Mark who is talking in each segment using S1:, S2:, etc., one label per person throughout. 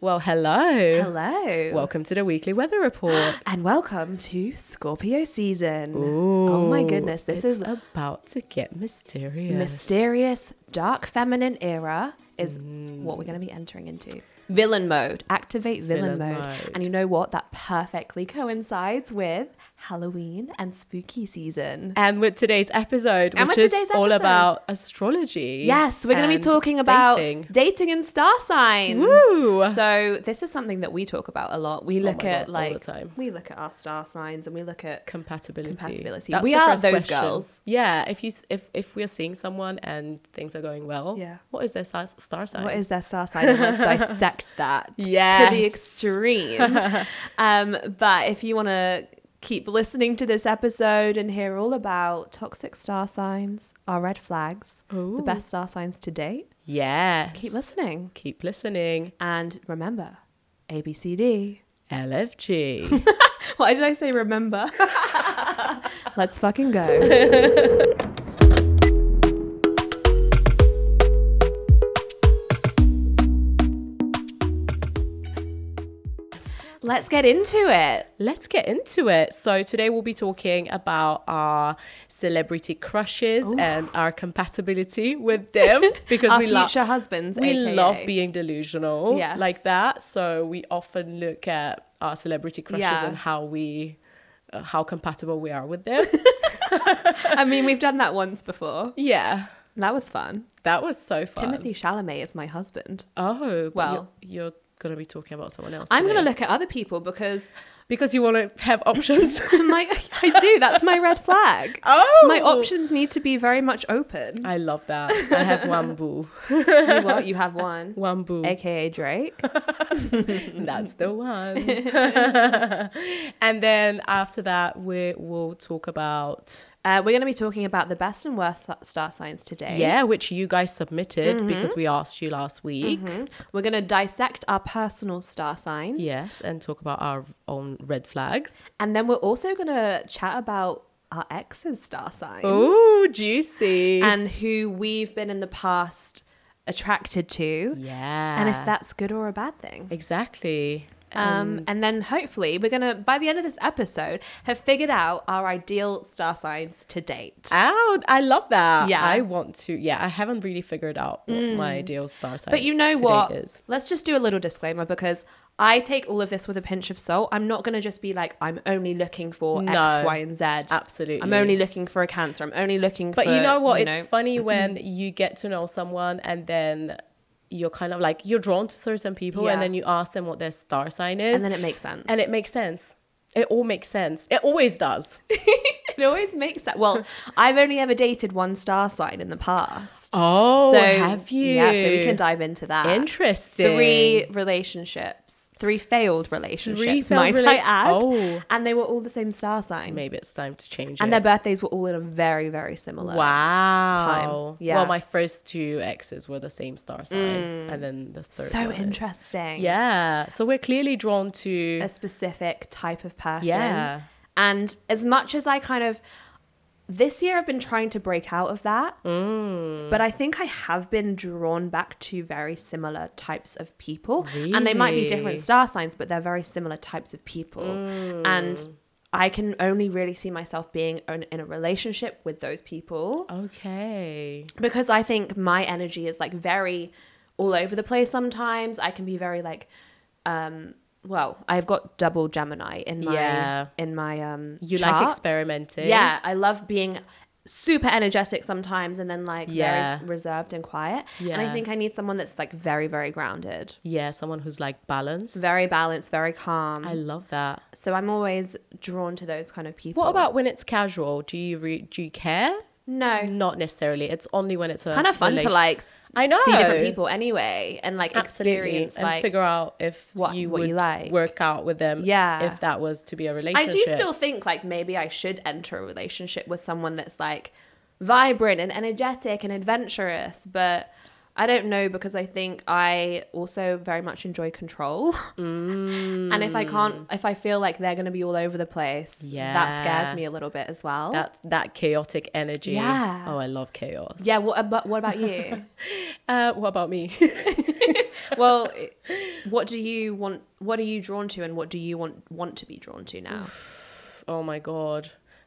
S1: Well, hello.
S2: Hello.
S1: Welcome to the weekly weather report.
S2: And welcome to Scorpio season. oh my
S1: Ooh,
S2: goodness, this
S1: it's
S2: is
S1: about to get mysterious.
S2: mysterious dark feminine era is
S1: Mm.
S2: what we're going to be entering into. Villain mode. Activate villain,
S1: Villain
S2: mode.
S1: mode.
S2: And you know what? That perfectly coincides with Halloween and spooky season.
S1: And with today's episode,
S2: And
S1: which
S2: with
S1: is
S2: today's
S1: all
S2: episode.
S1: about astrology.
S2: Yes, we're going to be
S1: and
S2: talking about dating.
S1: dating.
S2: and star signs.
S1: Woo! Oh
S2: So this is something that we talk about a lot. We
S1: my
S2: look
S1: God,
S2: at
S1: all the
S2: like
S1: time.
S2: we look at our star signs and we look at
S1: compatibility.
S2: Compatibility.
S1: That's
S2: We
S1: the
S2: are
S1: first
S2: those
S1: question.
S2: girls.
S1: Yeah. If you s- if if we're seeing someone and things are going well,
S2: Yeah.
S1: What is their si- star sign?
S2: What is their star sign? And let's dissect that to the
S1: Yes.
S2: extreme. um, but if you want to keep listening to this episode and hear all about toxic star signs, our red flags,
S1: Ooh.
S2: the best star signs to date,
S1: Yes.
S2: keep listening.
S1: Keep listening.
S2: And remember, ABCD.
S1: LFG.
S2: Why did I say remember? Let's fucking go. Let's get into it.
S1: Let's get into it. So today we'll be talking about our celebrity crushes and our compatibility with them because
S2: Our
S1: we love
S2: future husbands.
S1: we
S2: aka.
S1: love being delusional
S2: Yes.
S1: like that. So we often look at our celebrity crushes
S2: Yeah.
S1: and how we uh, how compatible we are with them.
S2: I mean, we've done that once before.
S1: yeah.
S2: That was fun.
S1: That was so fun.
S2: Timothy Chalamet is my husband.
S1: Oh, well,
S2: Well-
S1: you're, going to be talking about someone else.
S2: I'm going to
S1: today.
S2: look at other people because
S1: because you want to have options.
S2: my I do. That's my red flag.
S1: oh,
S2: My options need to be very much open.
S1: I love that. I have one boo,
S2: you, what? you have one.
S1: one boo.
S2: aka Drake.
S1: That's the one. and then after that, we will talk about
S2: Uh, we're going to be talking about the best and worst s- star signs today.
S1: yeah, which you guys submitted because we asked you last week.
S2: Mhm. We're going to dissect our personal star signs.
S1: Yes, and talk about our own red flags.
S2: And then we're also going to chat about our ex's star signs
S1: Oh, juicy.
S2: and who we've been in the past attracted to
S1: yeah,
S2: and if that's good or a bad thing.
S1: exactly.
S2: Um, and then hopefully we're going to, by the end of this episode, have figured out our ideal star signs to date.
S1: Out. I love that.
S2: Yeah.
S1: I want to. Yeah, I haven't really figured out what my ideal star sign.
S2: But you know
S1: to date
S2: what?
S1: is.
S2: Let's just do a little disclaimer because I take all of this with a pinch of salt. I'm not going to just be like, I'm only looking for
S1: No.
S2: X, Y, and Z.
S1: Absolutely.
S2: I'm only looking for a cancer. I'm only looking
S1: But
S2: for.
S1: you know what? it's funny when you get to know someone and then you're kind of like you're drawn to certain people
S2: Yeah.
S1: and then you ask them what their star sign is
S2: and then it makes sense.
S1: and it makes sense. It all makes sense. It always does.
S2: It always makes that. Well, I've only ever dated one star sign in the past.
S1: Oh, have you?
S2: Yeah, so we can dive into that.
S1: Interesting.
S2: Three relationships, three failed relationships,
S1: failed
S2: might
S1: rela-
S2: I add?
S1: Oh.
S2: And they were all the same star sign.
S1: Maybe it's time to change
S2: And
S1: it.
S2: their birthdays were all in a very, very similar.
S1: Wow.
S2: Yeah. Mm.
S1: Well, my first two exes were the same star sign, and then the third.
S2: So
S1: one is-
S2: interesting.
S1: Yeah. So we're clearly drawn to.
S2: a specific type of person.
S1: Yeah.
S2: And as much as I kind of this year I've been trying to break out of that,
S1: Mm.
S2: but I think I have been drawn back to very similar types of people. And they might be
S1: Really?
S2: different star signs, but they're very similar types of people.
S1: Mm.
S2: And I can only really see myself being in, in a relationship with those people
S1: okay.
S2: because I think my energy is like very all over the place sometimes. I can be very like um well, I've got double Gemini in my
S1: Yeah.
S2: in my um
S1: You
S2: chart.
S1: like experimenting.
S2: Yeah, I love being super energetic sometimes and then like
S1: Yeah.
S2: very reserved and quiet. And I
S1: Yeah.
S2: think I need someone that's like very very grounded,
S1: Yeah, someone who's like balanced.
S2: very balanced, very calm.
S1: I love that.
S2: so I'm always drawn to those kind of people.
S1: What about when it's casual? Do you re- do you care?
S2: No.
S1: Not necessarily. It's only when it's,
S2: It's kind of fun to like s-
S1: I know.
S2: see different people anyway and like
S1: Absolutely,
S2: experience
S1: and
S2: like
S1: figure out if
S2: what-
S1: you
S2: what
S1: would
S2: you like.
S1: work out with them.
S2: Yeah.
S1: if that was to be a
S2: I
S1: relationship.
S2: do still think like maybe I should enter a relationship with someone that's like vibrant and energetic and adventurous, but I don't know because I think I also very much enjoy control. and if I can't, if I feel like they're going to be all over the place, that
S1: Yeah.
S2: scares me a little bit as well.
S1: that that chaotic energy.
S2: Yeah.
S1: Oh, I love chaos.
S2: uh, yeah, what about what about you?
S1: Uh, what about me?
S2: well, what do you want? What are you drawn to, and what do you want want to be drawn to now?
S1: oh my god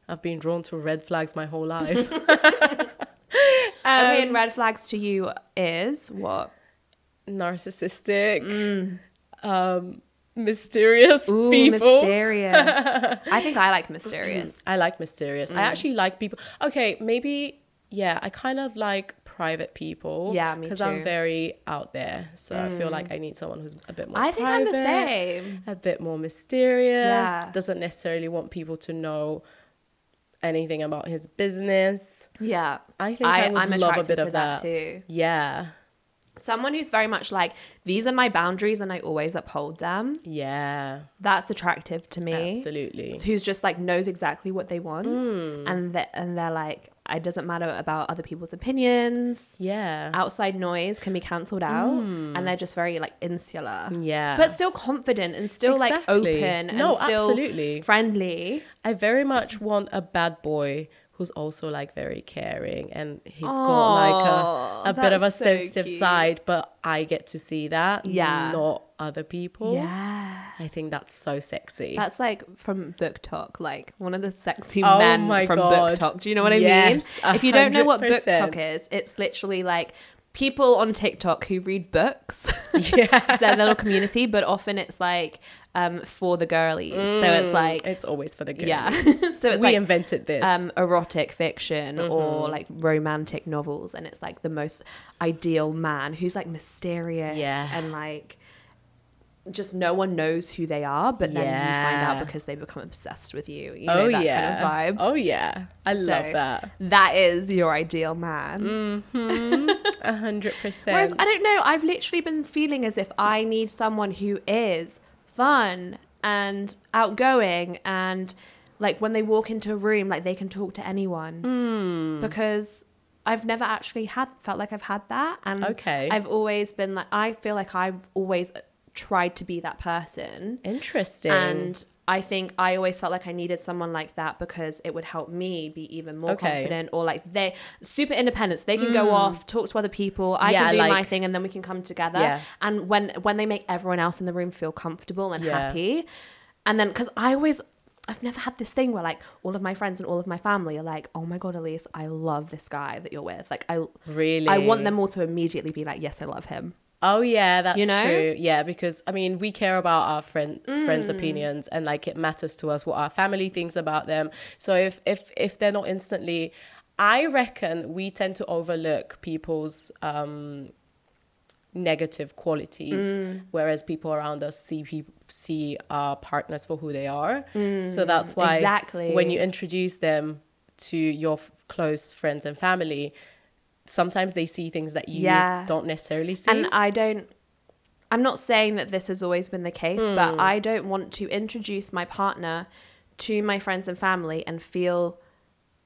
S1: i've been drawn to red flags my whole life
S2: okay, and red flags to you is what?
S1: narcissistic um mysterious
S2: Ooh,
S1: people
S2: mysterious. I think I like mysterious.
S1: i like mysterious
S2: Mm.
S1: i actually like people okay maybe yeah i kind of like private people
S2: Yeah, me
S1: because i'm
S2: too. Mm.
S1: very out there so i feel like i need someone who's a bit more
S2: I think I'm the
S1: private,
S2: same.
S1: a bit more mysterious
S2: Yeah.
S1: doesn't necessarily want people to know anything about his business
S2: Yeah,
S1: i think i, would love a bit of that,
S2: too.
S1: yeah
S2: Someone who's very much like these are my boundaries, and I always uphold them.
S1: Yeah,
S2: That's attractive to me.
S1: absolutely. Mm.
S2: who's just like knows exactly what they want and th- and they're like it doesn't matter about other people's opinions
S1: Yeah. Mm.
S2: outside noise can be cancelled out and they're just very like insular
S1: Yeah.
S2: Um, but still confident and still like
S1: Exactly.
S2: open and
S1: No,
S2: still
S1: absolutely.
S2: friendly
S1: I very much want a bad boy who's also like very caring and he's got
S2: Aw,
S1: like a, a bit of a
S2: that's so
S1: sensitive
S2: cute.
S1: side, but I get to see that,
S2: Yeah.
S1: not other people.
S2: yeah
S1: I think that's so sexy.
S2: that's like from book talk like one of the sexy
S1: Oh
S2: men
S1: my
S2: from
S1: God.
S2: book talk do you know what i
S1: Yes,
S2: mean if you don't know what book
S1: 100%.
S2: talk is it's literally like people on tiktok who read books
S1: yeah.
S2: it's their little community, but often it's like um, for the girlies. so it's like,
S1: It's always for the girl.
S2: yeah. so it's
S1: Mm, we
S2: like
S1: invented this.
S2: um, erotic fiction
S1: Mm-hmm.
S2: or like romantic novels, and it's like the most ideal man who's like mysterious
S1: Yeah.
S2: and like just no one knows who they are, but then you find
S1: Yeah.
S2: out because they become obsessed with you. You know
S1: oh,
S2: that
S1: yeah.
S2: kind of vibe.
S1: Oh, yeah. I
S2: So-
S1: love that.
S2: That is your ideal man.
S1: A 100%.
S2: Whereas I don't know, I've literally been feeling as if I need someone who is fun and outgoing and like when they walk into a room, like they can talk to anyone. Because I've never actually had felt like I've had that. And
S1: Okay.
S2: I've always been like I feel like I've always tried to be that person.
S1: Interesting.
S2: And I think I always felt like I needed someone like that because it would help me be even more
S1: Okay. Mm.
S2: confident or like they super independent. So they can go off, talk to other people. I
S1: Yeah,
S2: can do my
S1: like-
S2: thing and then we can come together.
S1: Yeah.
S2: And when when they make everyone else in the room feel comfortable and
S1: Yeah.
S2: happy. And then cuz I always I've never had this thing where like all of my friends and all of my family are like, "Oh my god, Elise, I love this guy that you're with." Like I
S1: really?
S2: I want them all to immediately be like, "Yes, I love him."
S1: Oh yeah, that's
S2: You know?
S1: true. Yeah, because I mean, we care about our friend
S2: Mm.
S1: friends' opinions, and like it matters to us what our family thinks about them. So if if if they're not instantly, I reckon we tend to overlook people's um, negative qualities,
S2: Mm.
S1: whereas people around us see people see our partners for who they are. so that's why
S2: Mm. exactly.
S1: when you introduce them to your f- close friends and family. Sometimes they see things that you
S2: Yeah.
S1: don't necessarily see.
S2: And I don't. I'm not saying that this has always been the case,
S1: Hmm.
S2: but I don't want to introduce my partner to my friends and family and feel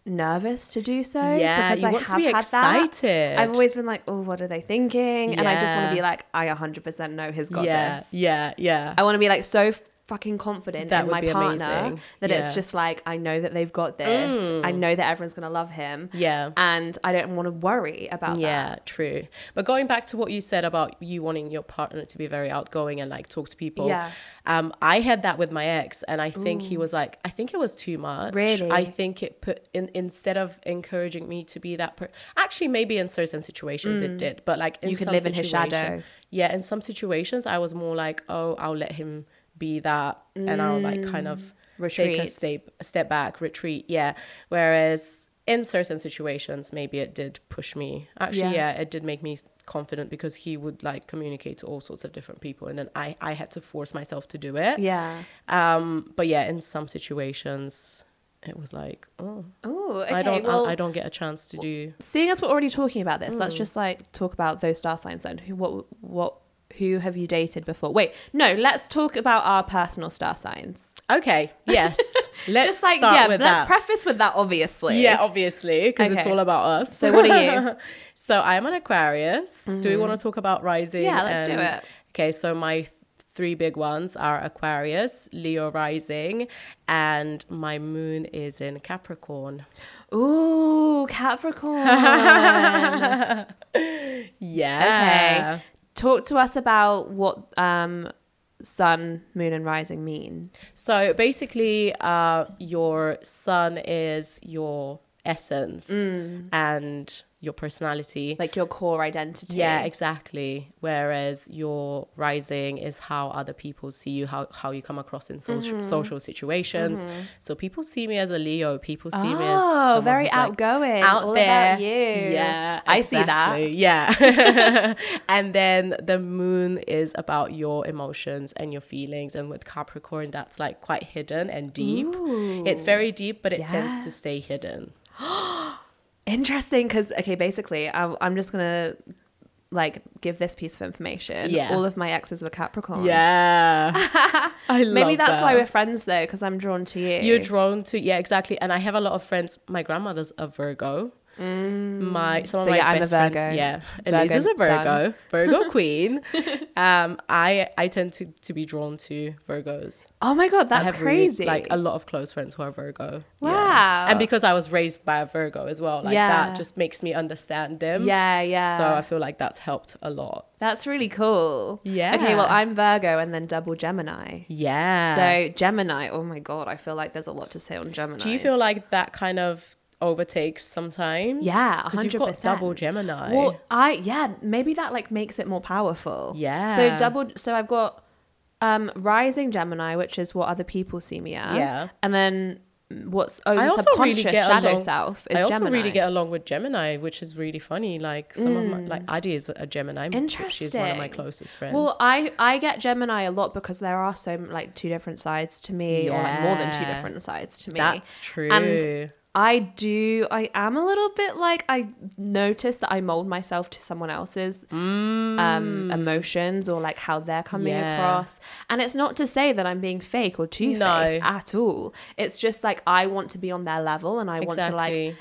S2: nervous to do so.
S1: Yeah, you
S2: I
S1: want to be
S2: had that.
S1: excited.
S2: I've always been like, oh, what are they thinking? And I just want
S1: Yeah.
S2: to be like, I 100% know he's got
S1: yeah,
S2: this.
S1: yeah, yeah.
S2: I want to be like so fucking confident
S1: That
S2: in
S1: would
S2: my
S1: be
S2: partner
S1: amazing.
S2: that it's
S1: Yeah. Mm.
S2: just like I know that they've got this. I know that everyone's gonna love him.
S1: Yeah.
S2: and I don't want to worry about that.
S1: yeah, true. But going back to what you said about you wanting your partner to be very outgoing and like talk to people,
S2: Yeah.
S1: um, I had that with my ex, and I think he was like, I think it was too much.
S2: Really?
S1: I think it put in instead of encouraging me to be that. Per- Actually, maybe in certain situations it did, but like in
S2: Mm. You could
S1: some
S2: live in his
S1: situation-
S2: shadow.
S1: Yeah, in some situations I was more like, oh, I'll let him be that, and I'll like kind of take a
S2: Mm, Retreat.
S1: step a step back, retreat. Yeah. Whereas in certain situations, maybe it did push me. Actually,
S2: Yeah.
S1: yeah. it did make me confident because he would like communicate to all sorts of different people, and then I I had to force myself to do it.
S2: Yeah.
S1: Um. But yeah, in some situations, it was like, oh,
S2: Oh, okay.
S1: I don't Mm.
S2: well,
S1: I, I don't get a chance to do.
S2: seeing as we're already talking about this, let's just like talk about those star signs then. Who, what, what, who have you dated before? Wait, no, let's talk about our personal star signs.
S1: Okay. Yes. Let's
S2: just like
S1: start
S2: yeah,
S1: with
S2: let's
S1: that.
S2: preface with that obviously.
S1: Yeah, obviously, because it's
S2: Okay.
S1: all about us.
S2: So what are you? Mm.
S1: so I'm an Aquarius. Do we want to talk about rising?
S2: Yeah, let's
S1: Um,
S2: do it.
S1: Okay, so my th- three big ones are Aquarius, Leo rising, and my moon is in Capricorn.
S2: Ooh, Capricorn.
S1: Yeah.
S2: okay. talk to us about what um, sun, moon, and rising mean.
S1: So basically, uh, your sun is your essence
S2: Mm.
S1: and your personality.
S2: Like your core identity.
S1: Yeah, exactly. Whereas your rising is how other people see you, how, how you come across in social,
S2: Mm-hmm.
S1: social situations. So people see me as a Leo. People see me as
S2: Oh,
S1: someone
S2: very
S1: who's, like,
S2: outgoing.
S1: out
S2: all
S1: there.
S2: About you.
S1: Yeah,
S2: I see
S1: exactly.
S2: that.
S1: Yeah. and then the moon is about your emotions and your feelings. And with Capricorn, that's like quite hidden and deep. It's very deep, but it tends to stay hidden.
S2: Interesting, because okay, basically, I, I'm just gonna like give this piece of information.
S1: Yeah.
S2: All of my exes were Capricorn.
S1: Yeah. I love
S2: Maybe that's
S1: that.
S2: why we're friends though, because I'm drawn to you.
S1: You're drawn to yeah, exactly. And I have a lot of friends. My grandmother's a Virgo. My some of
S2: Mm. So
S1: my
S2: yeah, I'm a
S1: best
S2: Virgo.
S1: friends. Yeah,
S2: Virgo
S1: Elise is a
S2: sun.
S1: Virgo. Virgo queen. um, I I tend to to be drawn to Virgos.
S2: oh my god,
S1: I
S2: that's
S1: have really,
S2: crazy.
S1: like a lot of close friends who are Virgo. Yeah.
S2: Wow.
S1: And because I was raised by a Virgo as well, like
S2: Yeah.
S1: that just makes me understand them.
S2: yeah, yeah.
S1: So I feel like that's helped a lot.
S2: that's really cool.
S1: Yeah.
S2: Okay, well, I'm Virgo and then double Gemini.
S1: Yeah.
S2: So Gemini, oh my god, I feel like there's a lot to say on Gemini.
S1: Do you feel like that kind of overtakes sometimes?
S2: Yeah,
S1: 'Cause you've got
S2: 100%.
S1: double Gemini.
S2: Well, I yeah, maybe that like makes it more powerful.
S1: Yeah.
S2: So double. So I've got um rising Gemini, which is what other people see me as.
S1: Yeah.
S2: And then what's oh
S1: I
S2: the
S1: also really
S2: subconscious
S1: get
S2: shadow
S1: along-
S2: self is
S1: I also
S2: Gemini. Mm.
S1: really get along with Gemini, which is really funny. Like some of my like Adi is a Gemini. She's one of my
S2: Interesting.
S1: closest friends.
S2: well, I I get Gemini a lot because there are so like two different sides to me, or like more than two
S1: Yeah.
S2: different sides to me.
S1: that's true.
S2: And I do. I am a little bit like I notice that I mold myself to someone else's
S1: Mm.
S2: um, emotions or like how they're coming
S1: Yeah.
S2: across. And it's not to say that I'm being fake or two faced
S1: No.
S2: at all. It's just like I want to be on their level and I
S1: Exactly.
S2: want to like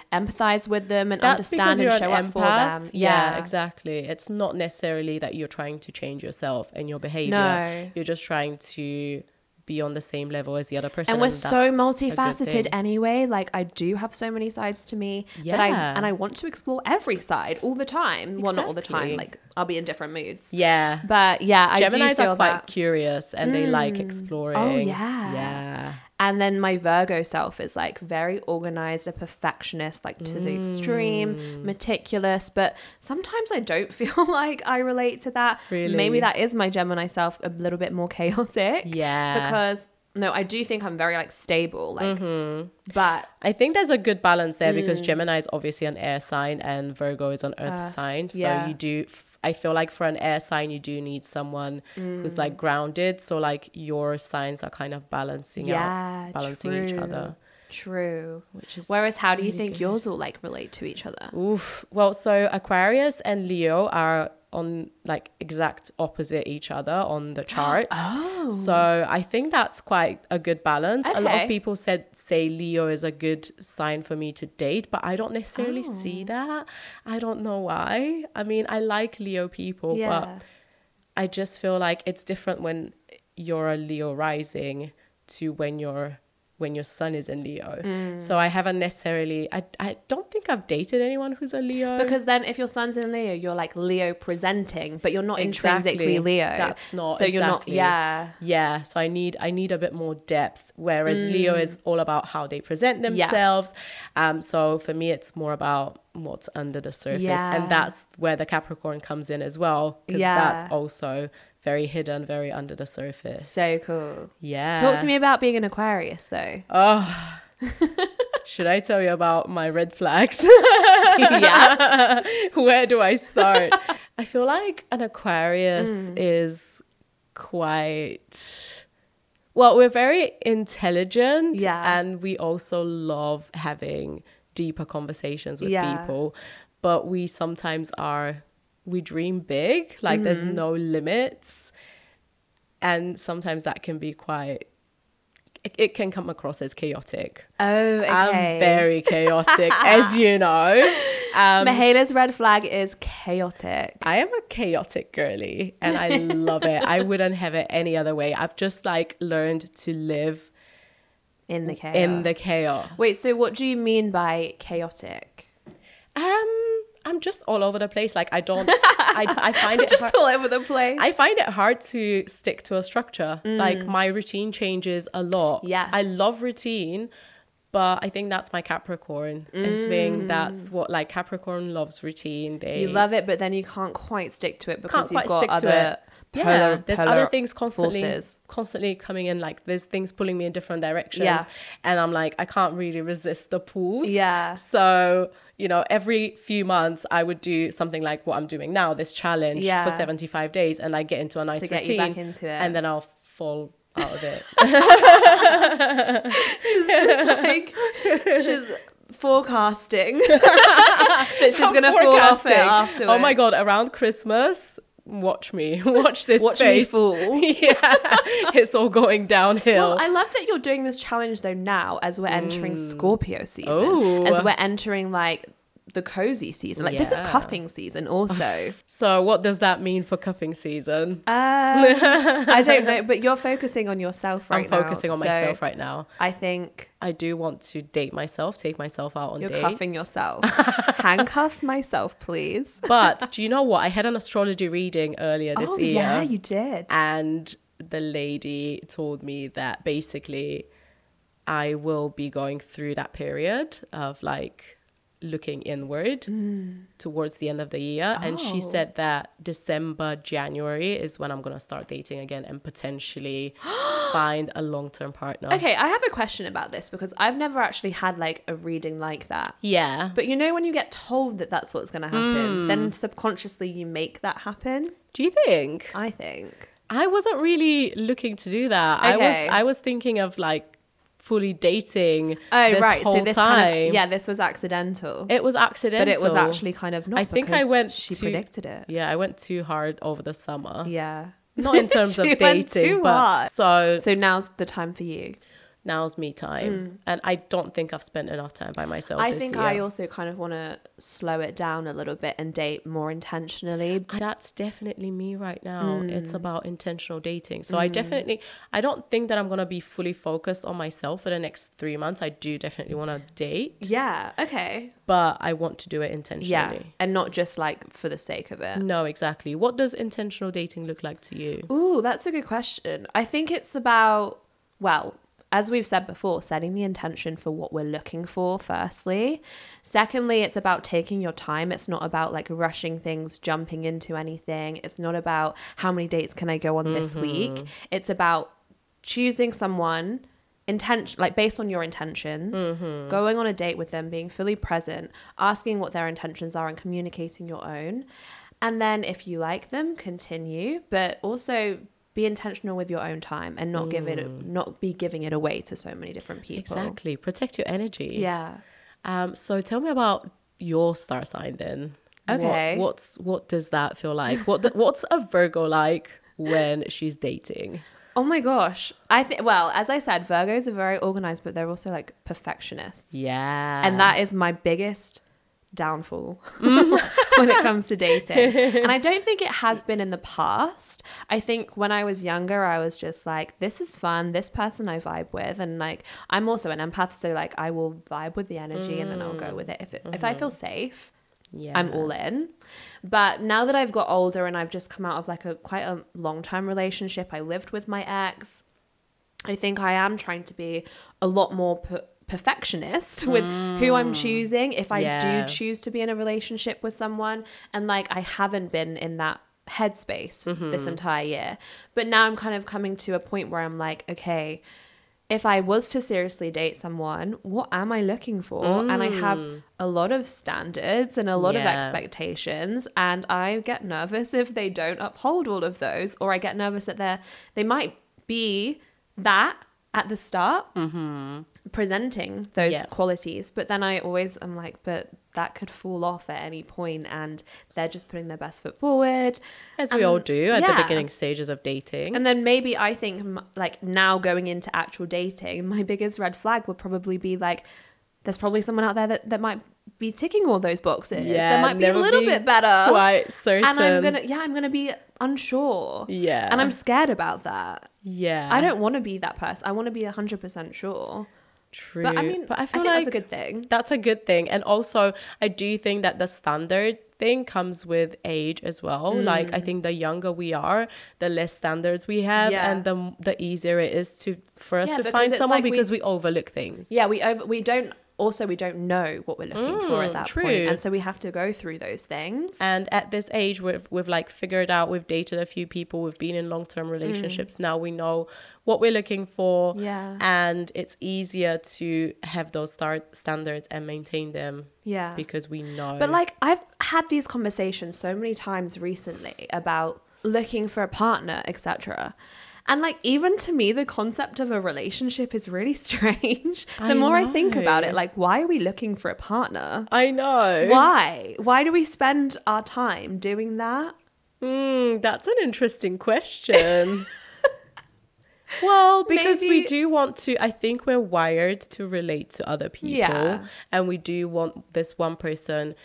S2: empathize with them and
S1: that's because
S2: understand
S1: you're
S2: and
S1: an
S2: show up
S1: empath.
S2: for them.
S1: Yeah. exactly. It's not necessarily that you're trying to change yourself and your behavior.
S2: No.
S1: You're just trying to be on the same level as the other person.
S2: and we're so
S1: that's a good
S2: multifaceted
S1: thing.
S2: anyway like i do have so many sides to me yeah that I,
S1: Yeah.
S2: and i want to explore every side all the time well not all the time
S1: Exactly.
S2: like i'll be in different moods
S1: Yeah.
S2: but yeah i do
S1: Geminis
S2: feel
S1: are quite
S2: that Mm. Oh,
S1: curious and they like exploring.
S2: yeah.
S1: Yeah.
S2: and then my virgo self is like very organized a perfectionist like to the
S1: Mm.
S2: extreme meticulous but sometimes i don't feel like i relate to that
S1: Really?
S2: maybe that is my gemini self a little bit more chaotic
S1: Yeah.
S2: because no i do think i'm very like stable like
S1: Mm-hmm.
S2: but
S1: I think there's a good balance there
S2: Mm.
S1: because Gemini is obviously an air sign and Virgo is an earth sign. So
S2: Ah, yeah.
S1: you do, f- I feel like for an air sign, you do need someone who's
S2: Mm.
S1: like grounded. So like your signs are kind of balancing
S2: Yeah,
S1: out, balancing each
S2: true.
S1: other,
S2: True.
S1: which is.
S2: Whereas, how do you think yours all like relate to each other?
S1: Oof. Well, so Aquarius and Leo are on like exact opposite each other on the chart. oh. So I think that's quite a good balance. A lot
S2: Mm. Okay.
S1: of people said say Leo is a good sign for me to date, but I don't necessarily see
S2: Oh.
S1: that. I don't know why. I mean, I like Leo people,
S2: Yeah.
S1: but I just feel like it's different when you're a Leo rising to when you're when your sun is in Leo.
S2: Mm.
S1: So I haven't necessarily I I don't think I've dated anyone who's a Leo.
S2: Because then, if your son's in Leo, you're like Leo presenting, but you're not intrinsically
S1: Exactly.
S2: Leo.
S1: That's not
S2: So you're not.
S1: Oh, exactly.
S2: Yeah.
S1: yeah, so I need I need a bit more depth whereas
S2: Mm.
S1: Leo is all about how they present themselves. Um so for me it's more about what's under the surface
S2: Yeah.
S1: and that's where the Capricorn comes in as well because
S2: Yeah.
S1: that's also very hidden, very under the surface.
S2: So cool.
S1: yeah.
S2: Talk to me about being an Aquarius, though.
S1: Oh, should I tell you about my red flags? Oh,
S2: yeah.
S1: Where do I start? I feel like an Aquarius
S2: Mm.
S1: is quite. Well, we're very intelligent
S2: Yeah.
S1: and we also love having deeper conversations with
S2: Yeah.
S1: people, but we sometimes are, we dream big, like there's
S2: Mm-hmm.
S1: no limits. And sometimes that can be quite, it, it can come across as chaotic.
S2: Oh, okay.
S1: I'm very chaotic, as you know. Um,
S2: Mihaela's red flag is chaotic.
S1: I am a chaotic girly and I love it. I wouldn't have it any other way. I've just like learned to live
S2: In the chaos.
S1: in the chaos.
S2: Wait. So, what do you mean by chaotic?
S1: Um, I'm just all over the place. Like I don't, I, I find it
S2: Just
S1: hard,
S2: all over the place.
S1: I find it hard to stick to a structure. Like my routine changes a lot.
S2: Mm. Yes.
S1: I love routine, but I think that's my Capricorn. I think that's what like Capricorn loves routine. They
S2: Mm. you love it, but then you can't quite stick to it because
S1: Can't
S2: you've
S1: quite
S2: got
S1: stick to
S2: other
S1: yeah,
S2: polar-
S1: there's
S2: polar
S1: other things constantly
S2: forces.
S1: constantly coming in. Like there's things pulling me in different directions.
S2: Yeah.
S1: And I'm like, I can't really resist the pull.
S2: Yeah.
S1: So, you know, every few months I would do something like what I'm doing now, this challenge
S2: Yeah.
S1: for 75 days, and I get into a nice
S2: To get you
S1: routine.
S2: back into it.
S1: And then I'll fall out of it.
S2: She's just like she's forecasting that she's
S1: I'm
S2: gonna fall off it
S1: forecasting.
S2: afterwards.
S1: Oh my God, around Christmas, watch me. Watch this
S2: Watch me
S1: space.
S2: fall.
S1: yeah. It's all going downhill.
S2: Well, I love that you're doing this challenge though now as we're entering
S1: Mm.
S2: Scorpio season.
S1: Oh.
S2: As we're entering like the cozy season. Like this is
S1: Yeah.
S2: cuffing season also.
S1: so, what does that mean for cuffing season?
S2: Um, I don't know, but you're focusing on yourself right
S1: I'm
S2: now.
S1: focusing on
S2: so
S1: myself right now.
S2: I think
S1: I do want to date myself, take myself out on
S2: you're
S1: dates.
S2: cuffing yourself. Handcuff myself, please.
S1: but do you know what? I had an astrology reading earlier this
S2: oh
S1: year,
S2: yeah, you did.
S1: and the lady told me that basically I will be going through that period of like looking inward towards the end of the year. And she
S2: Hmm. Oh.
S1: said that December, January is when I'm going to start dating again and potentially find a long term partner.
S2: Okay, I have a question about this because I've never actually had like a reading like that.
S1: Yeah.
S2: But you know, when you get told that that's what's going to happen,
S1: Mm.
S2: then subconsciously you make that happen.
S1: Do you think?
S2: I think.
S1: I wasn't really looking to do that. I
S2: Okay.
S1: was I was thinking of like fully dating.
S2: Oh
S1: this
S2: right,
S1: Whole
S2: so this
S1: time.
S2: kind of yeah, this was accidental,
S1: It was accidental.
S2: but it was actually kind of not.
S1: I think I
S2: because
S1: went
S2: She
S1: to-
S2: predicted it.
S1: Yeah, I went too hard over the summer.
S2: Yeah.
S1: Not in terms of
S2: She
S1: dating,
S2: went too
S1: but
S2: hard.
S1: so
S2: So now's the time for you.
S1: now's me time, and I don't think I've spent enough time by myself.
S2: Mm. I
S1: this
S2: think
S1: year.
S2: I also kind of want to slow it down a little bit and date more intentionally.
S1: that's definitely me right now it's
S2: Mm.
S1: about intentional dating so i definitely i don't think that i'm going to be fully focused on myself for the next three months i do definitely want to date
S2: Yeah. Okay.
S1: but i want to do it
S2: Yeah,
S1: intentionally
S2: and not just like for the sake of it.
S1: No, exactly. What does intentional dating look like to you?
S2: Ooh, that's a good question. I think it's about, well, as we've said before, setting the intention for what we're looking for, firstly. Secondly, it's about taking your time. It's not about like rushing things, jumping into anything. It's not about how many dates can I go on this week. It's about choosing someone intention like based on your intentions going on a date with them being fully present asking what their intentions are and communicating your own and then if you like them continue but also be intentional with your own time and not give it not be giving it away to so many different people
S1: Exactly. Protect your energy.
S2: yeah
S1: Um, so tell me about your star sign then. What-
S2: Okay.
S1: what's what does that feel like? What the, what's a Virgo like when she's dating?
S2: oh my gosh i think well as i said virgos are very organized but they're also like perfectionists
S1: Yeah.
S2: and that is my biggest downfall when it comes to dating and i don't think it has been in the past i think when i was younger i was just like this is fun this person i vibe with and like i'm also an empath so like i will vibe with the energy and then i'll go with it if it, if i feel safe
S1: yeah.
S2: I'm all in. But now that I've got older and I've just come out of like a quite a long time relationship, I lived with my ex. I think I am trying to be a lot more per- perfectionist with who I'm choosing if I
S1: Mm. Yeah.
S2: do choose to be in a relationship with someone. And like, I haven't been in that headspace
S1: Mm-hmm.
S2: this entire year. But now I'm kind of coming to a point where I'm like, okay, if I was to seriously date someone, what am I looking for? And I have a lot of standards and a lot of
S1: Mm. Yeah.
S2: expectations, and I get nervous if they don't uphold all of those, or I get nervous that they're they might be that at the start, presenting those
S1: Mm-hmm. Yeah.
S2: qualities, but then I always am like, but that could fall off at any point, and they're just putting their best foot forward.
S1: As we
S2: and-
S1: all do at the
S2: yeah.
S1: beginning stages of dating.
S2: And then maybe I think m- like now going into actual dating, my biggest red flag would probably be like, there's probably someone out there that, that might be ticking all those boxes. that might be a
S1: never
S2: little bit better.
S1: Quite certain.
S2: uh, and I'm gonna yeah, I'm gonna be unsure.
S1: Yeah.
S2: And I'm scared about that.
S1: Yeah.
S2: I don't want to be that person. I want to be 100% sure.
S1: True.
S2: But I mean,
S1: but I
S2: I
S1: feel
S2: think
S1: like
S2: that's a good thing.
S1: that's a good thing. And also, I do think that the standard thing comes with age as well.
S2: Mm.
S1: Like, I think the younger we are, the less standards we have,
S2: Yeah.
S1: and the the easier it is to for us
S2: Yeah,
S1: to
S2: because
S1: find
S2: it's
S1: someone
S2: like we-
S1: because we, overlook things.
S2: Yeah, we over, we don't also we don't know what we're looking for
S1: Mm,
S2: at that
S1: true.
S2: point, and so we have to go through those things.
S1: And at this age, we've we've like figured out. We've dated a few people. We've been in long term
S2: Mm.
S1: relationships. Now we know what we're looking for.
S2: Yeah.
S1: And it's easier to have those start standards and maintain them
S2: Yeah.
S1: because we know.
S2: But like I've had these conversations so many times recently about looking for a partner, etc. And like even to me the concept of a relationship is really strange. the
S1: I
S2: more I think
S1: know.
S2: about it, like why are we looking for a partner?
S1: I know.
S2: Why? Why do we spend our time doing that?
S1: Mm, that's an interesting question. well, because we
S2: Maybe-
S1: do want to, I think we're wired to relate to other people.
S2: Yeah.
S1: And we do want this one person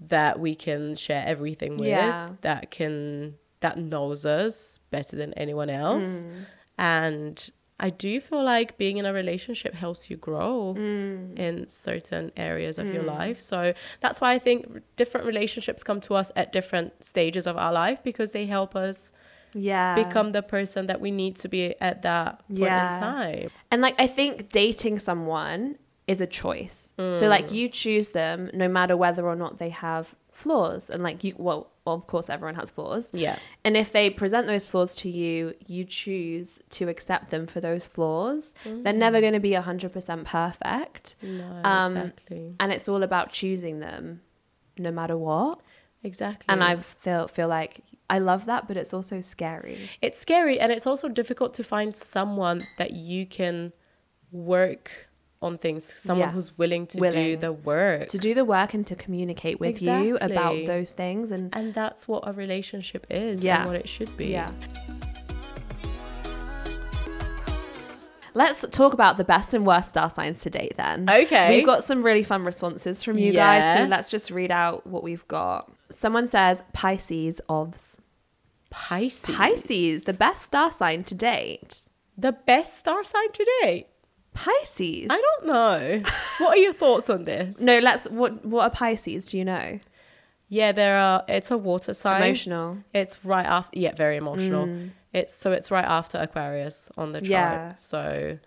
S1: that we can share everything with,
S2: Yeah.
S1: that can, that knows us better than anyone else.
S2: Mm.
S1: And I do feel like being in a relationship helps you grow
S2: Mm.
S1: in certain areas of your life. So that's why I think different relationships come to us at different stages of our life because they help us
S2: Yeah.
S1: become the person that we need to be at that point
S2: Yeah.
S1: in time.
S2: And like I think dating someone is a choice.
S1: Mm.
S2: So like you choose them no matter whether or not they have flaws. And like you well, of course everyone has flaws.
S1: Mm. Yeah.
S2: And if they present those flaws to you, you choose to accept them for those flaws. They're
S1: Mm.
S2: never going to be 100% perfect.
S1: No,
S2: Um,
S1: exactly.
S2: And it's all about choosing them no matter what.
S1: Exactly.
S2: And I feel feel like I love that, but it's also scary.
S1: it's scary and it's also difficult to find someone that you can work on things, someone who's
S2: Yes,
S1: willing to do
S2: willing.
S1: the work.
S2: To do the work and to communicate with you
S1: Exactly.
S2: about those things and
S1: and that's what a relationship is
S2: Yeah.
S1: and what it should be.
S2: Yeah. Let's talk about the best and worst star signs to date then.
S1: Okay.
S2: We've got some really fun responses from you guys. So
S1: Yes.
S2: let's just read out what we've got. Someone says Pisces ovs.
S1: Pisces.
S2: Pisces, the best star sign to date.
S1: the best star sign today.
S2: Pisces.
S1: I don't know. what are your thoughts on this?
S2: No, let's what what are Pisces, do you know?
S1: Yeah, there are. It's a water sign.
S2: Emotional.
S1: It's right after. Yeah, very emotional. It's so it's right after Aquarius on the chart.
S2: Mm. Yeah.
S1: So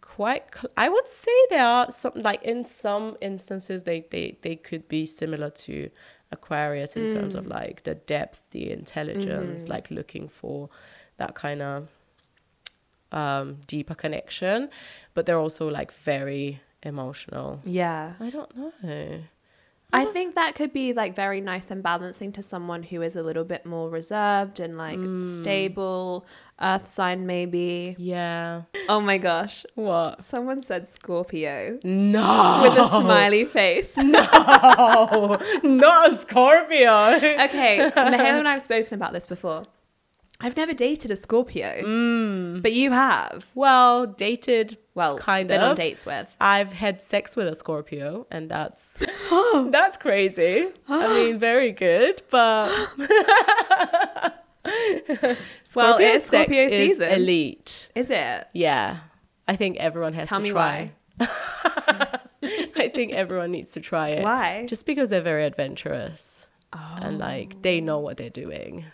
S1: quite. cl- I would say there are some like in some instances they they they could be similar to Aquarius in terms
S2: Mm.
S1: of like the depth, the intelligence,
S2: Mm-hmm.
S1: like looking for that kind of um deeper connection, but they're also like very emotional.
S2: Yeah.
S1: I don't know.
S2: I think that could be like very nice and balancing to someone who is a little bit more reserved and like
S1: Hmm.
S2: stable, earth sign maybe.
S1: Yeah.
S2: Oh my gosh.
S1: What?
S2: Someone said Scorpio
S1: No.
S2: with a smiley face.
S1: No, not a Scorpio.
S2: Okay, Mahalo and I have spoken about this before. I've never dated a Scorpio, but you have.
S1: Mm. Well, dated.
S2: Well,
S1: Kind
S2: been on
S1: of.
S2: dates with.
S1: I've had sex with a Scorpio, and that's that's crazy. I mean, very good, but
S2: Well,
S1: Scorpio sex
S2: it's Scorpio
S1: is
S2: season.
S1: elite.
S2: Is it?
S1: Yeah, I think everyone has
S2: Tell
S1: to
S2: me
S1: try. I think everyone needs to try it.
S2: Why? Oh.
S1: Just because they're very adventurous and like they know what they're doing.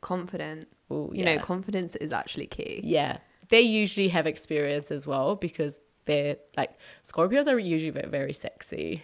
S2: confident.
S1: Ooh,
S2: You
S1: yeah.
S2: know, confidence is actually key.
S1: Yeah. They usually have experience as well because they're like Scorpios are usually ve- very sexy.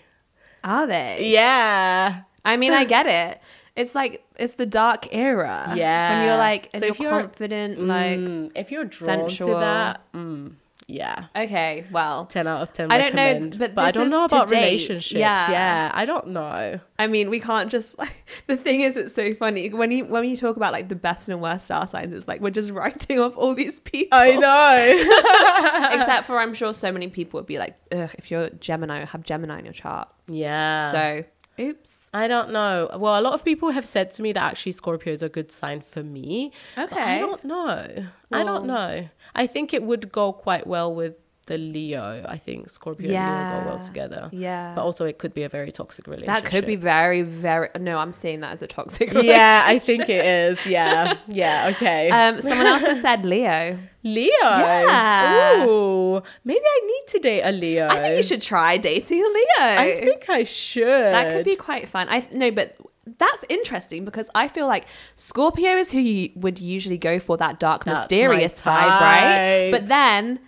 S2: Are they?
S1: Yeah.
S2: I mean, I get it. It's like it's the dark era.
S1: Yeah.
S2: When you're like, and
S1: So
S2: you're,
S1: if you're-
S2: confident,
S1: Mm, if you're drawn to
S2: sensual.
S1: that, mm, yeah.
S2: like okay, well,
S1: 10 out of 10
S2: I don't know,
S1: recommend.
S2: but
S1: I
S2: this
S1: don't
S2: is
S1: know
S2: to
S1: about
S2: date.
S1: relationships. Yeah.
S2: Yeah.
S1: I don't know.
S2: I mean, we can't just like. The thing is, it's so funny when you when you talk about like the best and worst star signs. It's like we're just writing off all these people.
S1: I know.
S2: Except for, I'm sure so many people would be like, Ugh, if you're Gemini, have Gemini in your chart.
S1: yeah.
S2: So, oops.
S1: I don't know. Well, a lot of people have said to me that actually Scorpio is a good sign for me. But I
S2: Okay.
S1: don't know. I don't
S2: Well-
S1: know. I think it would go quite well with the Leo, I think Scorpio and Leo
S2: Yeah.
S1: go well together.
S2: Yeah.
S1: But also, it could be a very toxic relationship.
S2: that could be very, very. No, I'm seeing that as a toxic.
S1: Yeah, I
S2: relationship.
S1: think it is. Yeah, yeah. Okay.
S2: Um, someone else has said Leo.
S1: Uh, Leo.
S2: Yeah.
S1: Ooh, maybe I need to date a Leo.
S2: I think you should try dating a Leo.
S1: I think I should.
S2: that could be quite fun. I no, but that's interesting because I feel like Scorpio is who you would usually go for that dark,
S1: That's my
S2: mysterious vibe, right?
S1: type.
S2: But then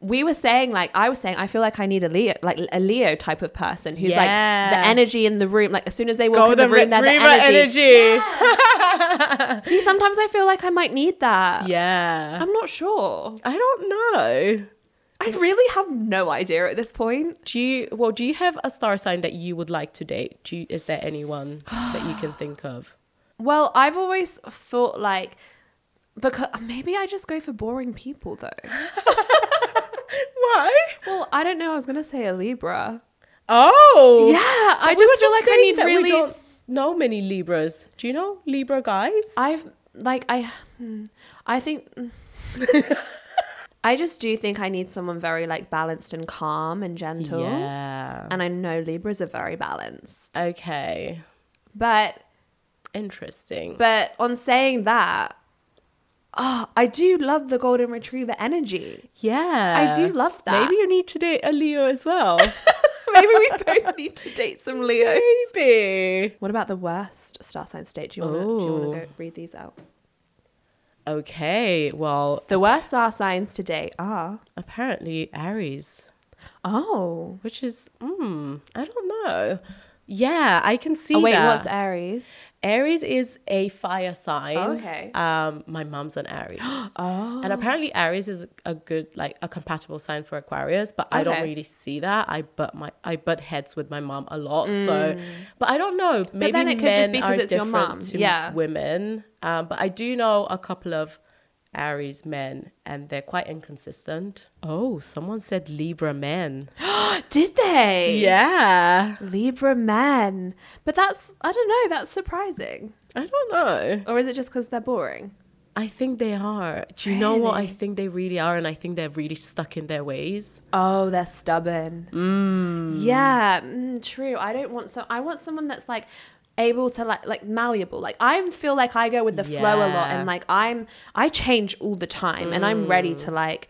S2: we were saying, like I was saying, I feel like I need a Leo, like a Leo type of person who's like
S1: Yeah.
S2: the energy in the room. Like as soon as they walk
S1: golden
S2: in the room, they're the
S1: retriever
S2: energy.
S1: energy.
S2: See, sometimes I feel like I might need that.
S1: Yeah.
S2: I'm not sure.
S1: I don't know.
S2: I really have no idea at this point.
S1: Do you well? Do you have a star sign that you would like to date? Do you, is there anyone that you can think of?
S2: Well, I've always thought like because maybe I just go for boring people though.
S1: Why?
S2: Well, I don't know. I was gonna say a Libra.
S1: Oh,
S2: Yeah, I
S1: But we were
S2: just feel like I
S1: saying
S2: need
S1: that we
S2: really.
S1: don't know many Libras. Do you know Libra guys?
S2: I've like I, hmm, I think. I just do think I need someone very like balanced and calm and gentle.
S1: Yeah.
S2: And I know Libras are very balanced.
S1: Okay.
S2: But
S1: Interesting.
S2: but on saying that, oh, I do love the golden retriever energy.
S1: yeah,
S2: I do love that.
S1: Maybe you need to date a Leo as well.
S2: Maybe we both need to date some Leo.
S1: Maybe.
S2: What about the worst star sign state? Do you want
S1: Ooh.
S2: to read these out?
S1: Okay. Well,
S2: The worst star signs today are
S1: apparently Aries.
S2: oh.
S1: which is mm, I don't know. Yeah, I can see
S2: Oh wait,
S1: that.
S2: what's Aries?
S1: Aries is a fire sign.
S2: Okay.
S1: Um, my mom's an Aries.
S2: Oh.
S1: And apparently Aries is a good like a compatible sign for Aquarius, but I don't
S2: Okay.
S1: really see that. I butt my I butt heads with my mom a lot, so but I don't know. Maybe
S2: Mm. then it could
S1: men
S2: just be 'cause
S1: are
S2: it's your
S1: different
S2: mom.
S1: to
S2: Yeah.
S1: women. Um, but I do know a couple of Aries men, and they're quite inconsistent. Oh, someone said Libra men.
S2: Did they?
S1: Yeah,
S2: Libra men. But that's I don't know, that's surprising.
S1: I don't know.
S2: Or is it just because they're boring?
S1: I think they are. Do you know what? I think they really are, and I think they're really stuck in their ways.
S2: Oh, they're stubborn. Yeah, mm, true. I don't want so I want someone that's like able to like like malleable. Like I feel like I go with the flow a lot
S1: Yeah.
S2: and like I'm I change all the time and I'm ready
S1: Mm.
S2: to like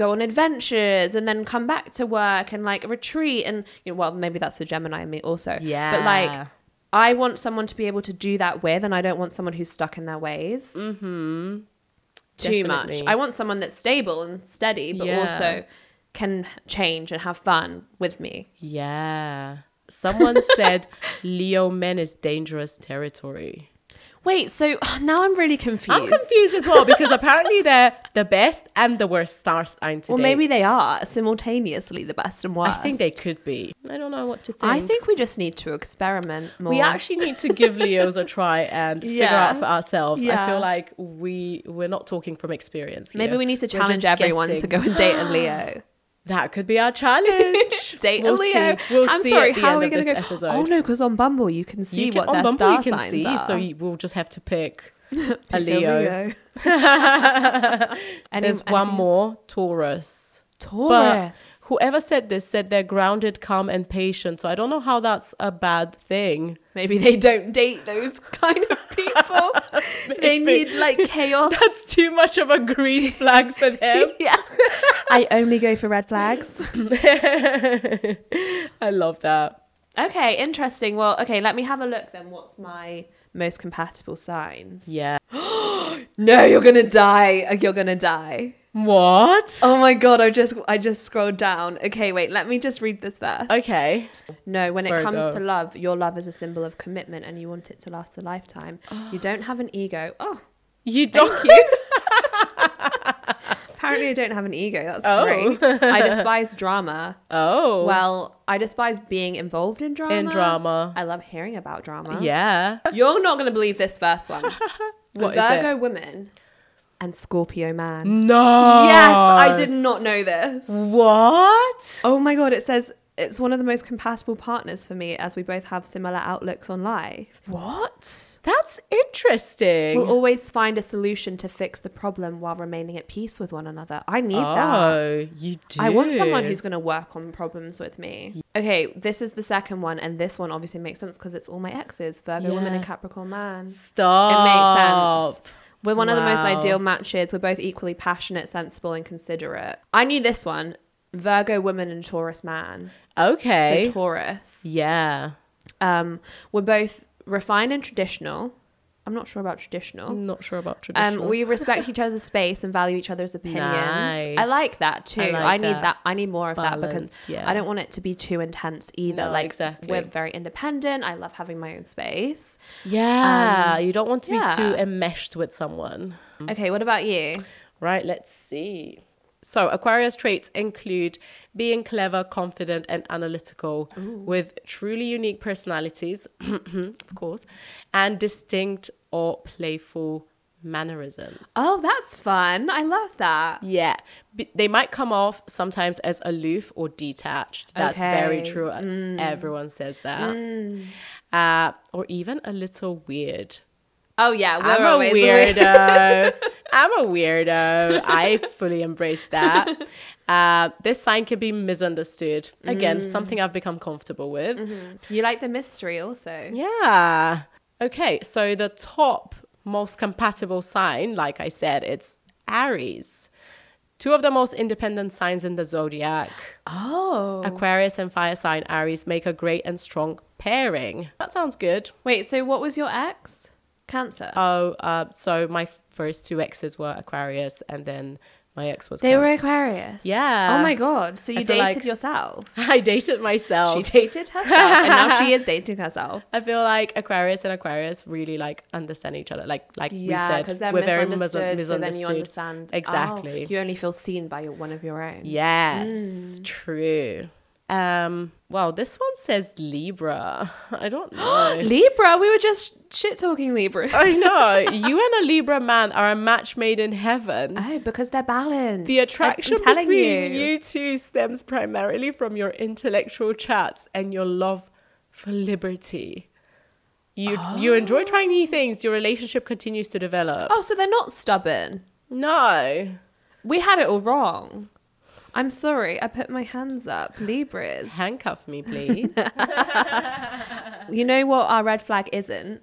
S2: go on adventures and then come back to work and like retreat and you know well maybe that's the Gemini in me also. But
S1: Yeah.
S2: like I want someone to be able to do that with and I don't want someone who's stuck in their ways. Mhm. Too much.
S1: Definitely.
S2: I want someone that's stable and steady but
S1: Yeah.
S2: also can change and have fun with me.
S1: Yeah. Someone said Leo men is dangerous territory.
S2: Wait, so now I'm really confused.
S1: I'm confused as well because apparently they're the best and the worst star sign today.
S2: Well, maybe they are simultaneously the best and
S1: I
S2: worst.
S1: think they could be. I don't know what to think.
S2: I think we just need to experiment more.
S1: we actually need to give Leos a try and figure
S2: Yeah.
S1: out for ourselves. I
S2: Yeah.
S1: feel like we we're not talking from experience. Here.
S2: maybe we need to
S1: We're
S2: challenge
S1: just
S2: everyone
S1: guessing.
S2: to go and date a Leo.
S1: That could be our challenge.
S2: Date
S1: We'll
S2: a
S1: see.
S2: Leo.
S1: We'll
S2: I'm
S1: see
S2: sorry.
S1: at the
S2: how
S1: end
S2: are we
S1: of
S2: going
S1: this
S2: to go?
S1: episode.
S2: Oh no, because on Bumble you can see
S1: you can,
S2: what their
S1: on Bumble
S2: star
S1: you can
S2: signs
S1: see,
S2: are.
S1: so you, we'll just have to pick a
S2: Pick
S1: Leo.
S2: Any-
S1: There's one
S2: anything else?
S1: more Taurus.
S2: Taurus.
S1: But whoever said this said they're grounded, calm, and patient. So I don't know how that's a bad thing.
S2: Maybe they don't date those kind of people. they
S1: Maybe.
S2: need like chaos.
S1: That's too much of a green flag for them.
S2: yeah. I only go for red flags.
S1: I love that.
S2: Okay, interesting. Well, okay, let me have a look then. What's my most compatible signs?
S1: Yeah.
S2: No, you're gonna die. Uh, You're gonna die.
S1: What?
S2: Oh my god, I just I just scrolled down. Okay, wait, let me just read this first.
S1: Okay.
S2: No, when it
S1: Virgo.
S2: comes to love, your love is a symbol of commitment and you want it to last a lifetime. You don't have an ego. Oh,
S1: You don't.
S2: apparently I don't have an ego. That's
S1: Oh.
S2: great. I despise drama.
S1: Oh.
S2: Well, I despise being involved in drama.
S1: In drama.
S2: I love hearing about drama.
S1: Yeah.
S2: You're not going to believe this first one.
S1: What is
S2: Virgo woman and Scorpio man.
S1: No.
S2: Yes, I did not know this.
S1: What?
S2: Oh my god, it says it's one of the most compatible partners for me as we both have similar outlooks on life.
S1: What? That's interesting.
S2: We'll always find a solution to fix the problem while remaining at peace with one another. I need that.
S1: oh, you do.
S2: I want someone who's going to work on problems with me. Okay, this is the second one, and this one obviously makes sense because it's all my exes Virgo woman
S1: Yeah.
S2: and Capricorn man.
S1: stop.
S2: It makes sense. We're one of the most
S1: Oh. Wow.
S2: ideal matches. We're both equally passionate, sensible, and considerate. I knew this one Virgo woman and Taurus man.
S1: Okay.
S2: So Taurus.
S1: yeah.
S2: Um, we're both refined and traditional. I'm not sure about traditional.
S1: I'm not sure about Mm, traditional.
S2: Oh. Um, we respect each other's space and value each other's opinions. I
S1: Nice.
S2: like that too. I,
S1: I like
S2: need
S1: that.
S2: that. I need more of that because
S1: Balance, yeah.
S2: I don't want it to be too intense either.
S1: No,
S2: like
S1: exactly.
S2: we're very independent. I love having my own space.
S1: yeah, you don't want to be
S2: Um, yeah.
S1: too enmeshed with someone.
S2: Okay, what about you?
S1: Right, let's see. So, Aquarius traits include being clever, confident, and analytical, with truly unique personalities, of course, and distinct or playful mannerisms.
S2: Oh, that's fun. I love that.
S1: Yeah, B- they might come off sometimes as aloof or detached. That's very
S2: Okay. Mm.
S1: true. Everyone says that. Uh, or even a little weird.
S2: Oh yeah,
S1: I'm
S2: we're always
S1: a weirdo. I'm a weirdo. I fully embrace that. Uh, this sign can be misunderstood. Again,
S2: Mm.
S1: something I've become comfortable with.
S2: Mm-hmm. You like the mystery also.
S1: Yeah. Okay, so the top most compatible sign, like I said, it's Aries. Two of the most independent signs in the zodiac,
S2: Oh.
S1: Aquarius and fire sign Aries, make a great and strong pairing. That sounds good.
S2: Wait, so what was your ex? Cancer.
S1: Oh, uh, so my first two exes were Aquarius, and then my ex was.
S2: they were
S1: Cancer.
S2: Aquarius.
S1: Yeah.
S2: Oh my god. So you
S1: feel
S2: dated
S1: like- Oh.
S2: yourself.
S1: I dated myself.
S2: She dated herself, and now she is dating herself.
S1: I feel like Aquarius and Aquarius really like understand each other. Like, like
S2: Yeah,
S1: we
S2: because
S1: said,
S2: they're
S1: we're very mis-
S2: misunderstood, So
S1: misunderstood.
S2: then you understand oh,
S1: Exactly.
S2: you only feel seen by your, one of your own.
S1: Yes,
S2: Mm.
S1: true. Um, well, this one says Libra. I don't know.
S2: Libra, we were just shit talking Libra.
S1: I know. You and a Libra man are a match made in heaven.
S2: Oh, because they're balanced.
S1: The attraction
S2: I'm telling
S1: between you. two stems primarily from your intellectual chats and your love for liberty. You you enjoy trying new things. Your relationship continues to develop.
S2: Oh, so they're not stubborn.
S1: No,
S2: We had it all wrong. I'm sorry, I put my hands up. Libras.
S1: handcuff me, please.
S2: You know what our red flag isn't?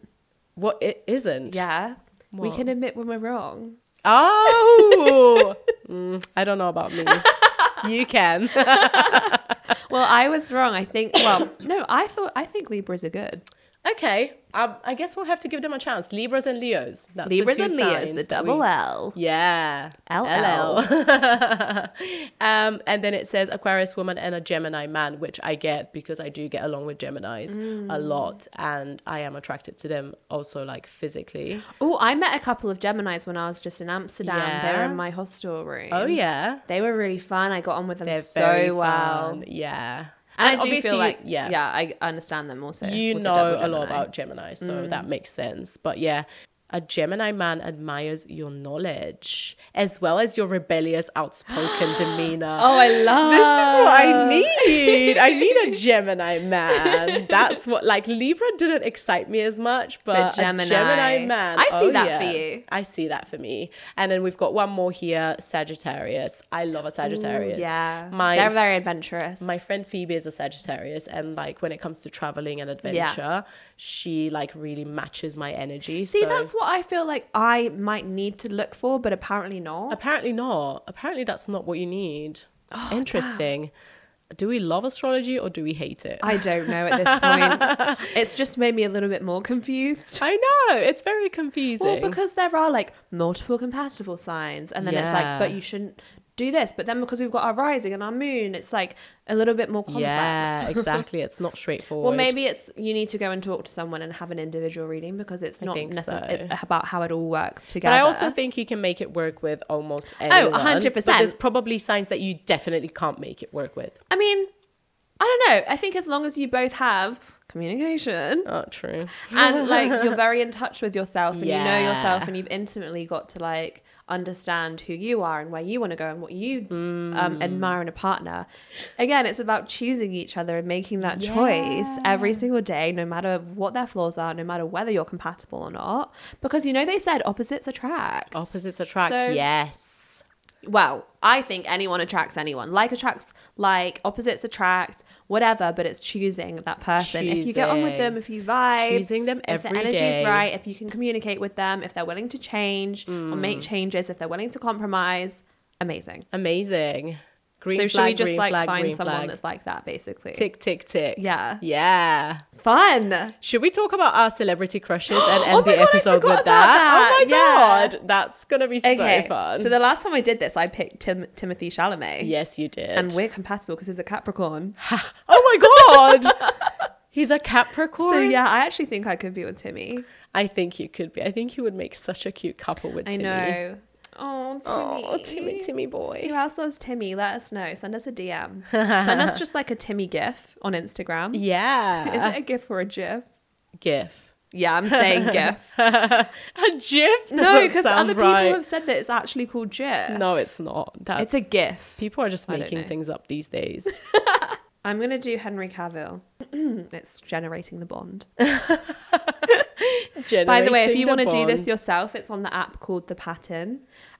S1: what it isn't?
S2: Yeah. We
S1: What?
S2: can admit when we're wrong.
S1: Oh, Mm, I don't know about me. You can.
S2: Well, I was wrong. I think well, no, I thought I think Libras are good.
S1: Okay, um, I guess we'll have to give them a chance. Libras and Leos. That's the
S2: Libras
S1: two
S2: and Leos,
S1: signs
S2: the
S1: that
S2: double
S1: we-
S2: L.
S1: Yeah.
S2: LL.
S1: um, and then it says Aquarius woman and a Gemini man, which I get because I do get along with Geminis a
S2: Mm.
S1: lot and I am attracted to them also like physically.
S2: Oh, I met a couple of Geminis when I was just in Amsterdam. they were
S1: Yeah.
S2: in my hostel room.
S1: Oh yeah.
S2: They were really fun. I got on with them
S1: They're
S2: so
S1: very
S2: well.
S1: fun. Yeah.
S2: And, I do
S1: obviously,
S2: feel like
S1: yeah.
S2: yeah, yeah, I understand them also.
S1: you
S2: with the
S1: know
S2: double
S1: a lot
S2: Gemini. Mm.
S1: about Gemini, so that makes sense. But yeah, a Gemini man admires your knowledge as well as your rebellious, outspoken demeanor.
S2: Oh, I love
S1: This is what I need. I need a Gemini man. That's what like Libra didn't excite me as much, but,
S2: Gemini.
S1: a Gemini man.
S2: I see
S1: oh,
S2: that
S1: yeah.
S2: for you.
S1: I see that for me. And then we've got one more here, Sagittarius. I love a Sagittarius.
S2: Yeah,
S1: My
S2: they're very adventurous.
S1: my friend Phoebe is a Sagittarius and like when it comes to traveling and adventure, she like really matches my energy.
S2: See,
S1: so-
S2: that's what I feel like I might need to look for, but apparently not.
S1: Apparently not. Apparently that's not what you need.
S2: Oh,
S1: Interesting. Do we love astrology or do we hate it?
S2: I don't know at this point. it's just made me a little bit more confused.
S1: I know it's very confusing.
S2: Well, because there are like multiple compatible signs, and then it's like,
S1: Yeah.
S2: but you shouldn't do this. But then because we've got our rising and our moon, it's like a little bit more complex.
S1: yeah, exactly. It's not straightforward.
S2: Well, maybe it's you need to go and talk to someone and have an individual reading because it's
S1: I
S2: not
S1: think
S2: necessarily
S1: so.
S2: it's about how it all works
S1: But
S2: together.
S1: I also think you can make it work with almost
S2: Oh,
S1: anyone.
S2: 100%.
S1: But there's probably signs that you definitely can't make it work with.
S2: I mean, I don't know. I think as long as you both have communication
S1: Oh, true.
S2: and like you're very in touch with yourself and you know
S1: Yeah.
S2: yourself and you've intimately got to like understand who you are and where you want to go and what you um, admire in a partner. Again, it's about choosing each other and making that choice every single day, no matter what their flaws are, no matter whether you're compatible or not. Because you know, they said opposites attract.
S1: Opposites attract.
S2: So-
S1: yes.
S2: well, I think anyone attracts anyone. Like attracts like, opposites attract, whatever, but it's choosing that person. If you get on with them, if you vibe,
S1: Choosing them
S2: if the
S1: every
S2: energy's
S1: day.
S2: right, if you can communicate with them, if they're willing to change or
S1: Mm.
S2: make changes, if they're willing to compromise, amazing.
S1: Amazing. Green
S2: so should
S1: flag,
S2: we just
S1: green
S2: like
S1: flag,
S2: find
S1: green
S2: someone
S1: flag.
S2: that's like that basically?
S1: tick, tick, tick.
S2: Yeah.
S1: Yeah.
S2: Fun.
S1: Should we talk about our celebrity crushes and end
S2: Oh my
S1: the
S2: God, I
S1: episode
S2: forgot
S1: with that?
S2: about that.
S1: Oh my
S2: Yeah.
S1: god, that's gonna be so fun.
S2: So the last time I did this, I picked Tim- Timothy Chalamet.
S1: yes, you did.
S2: And we're compatible because he's a Capricorn.
S1: oh my god, he's a Capricorn.
S2: So yeah, I actually think I could be with Timmy.
S1: I think you could be. I think you would make such a cute couple with
S2: I
S1: Timmy.
S2: know. Oh, Timmy.
S1: Oh, Timmy, Timmy boy.
S2: Who else loves Timmy? Let us know. Send us a DM. Send us just like a Timmy GIF on Instagram. Is
S1: Yeah.
S2: it a GIF or a GIF?
S1: GIF.
S2: Yeah, I'm saying GIF.
S1: A GIF?
S2: no, because
S1: sound
S2: other
S1: right.
S2: people have said that it's actually called GIF.
S1: No, it's not. That's
S2: it's a GIF.
S1: people are just
S2: I don't
S1: making
S2: know.
S1: things up these days.
S2: I'm gonna do Henry Cavill. it's generating the bond. By the way, if you want to do this yourself, it's on the app called The Pattern.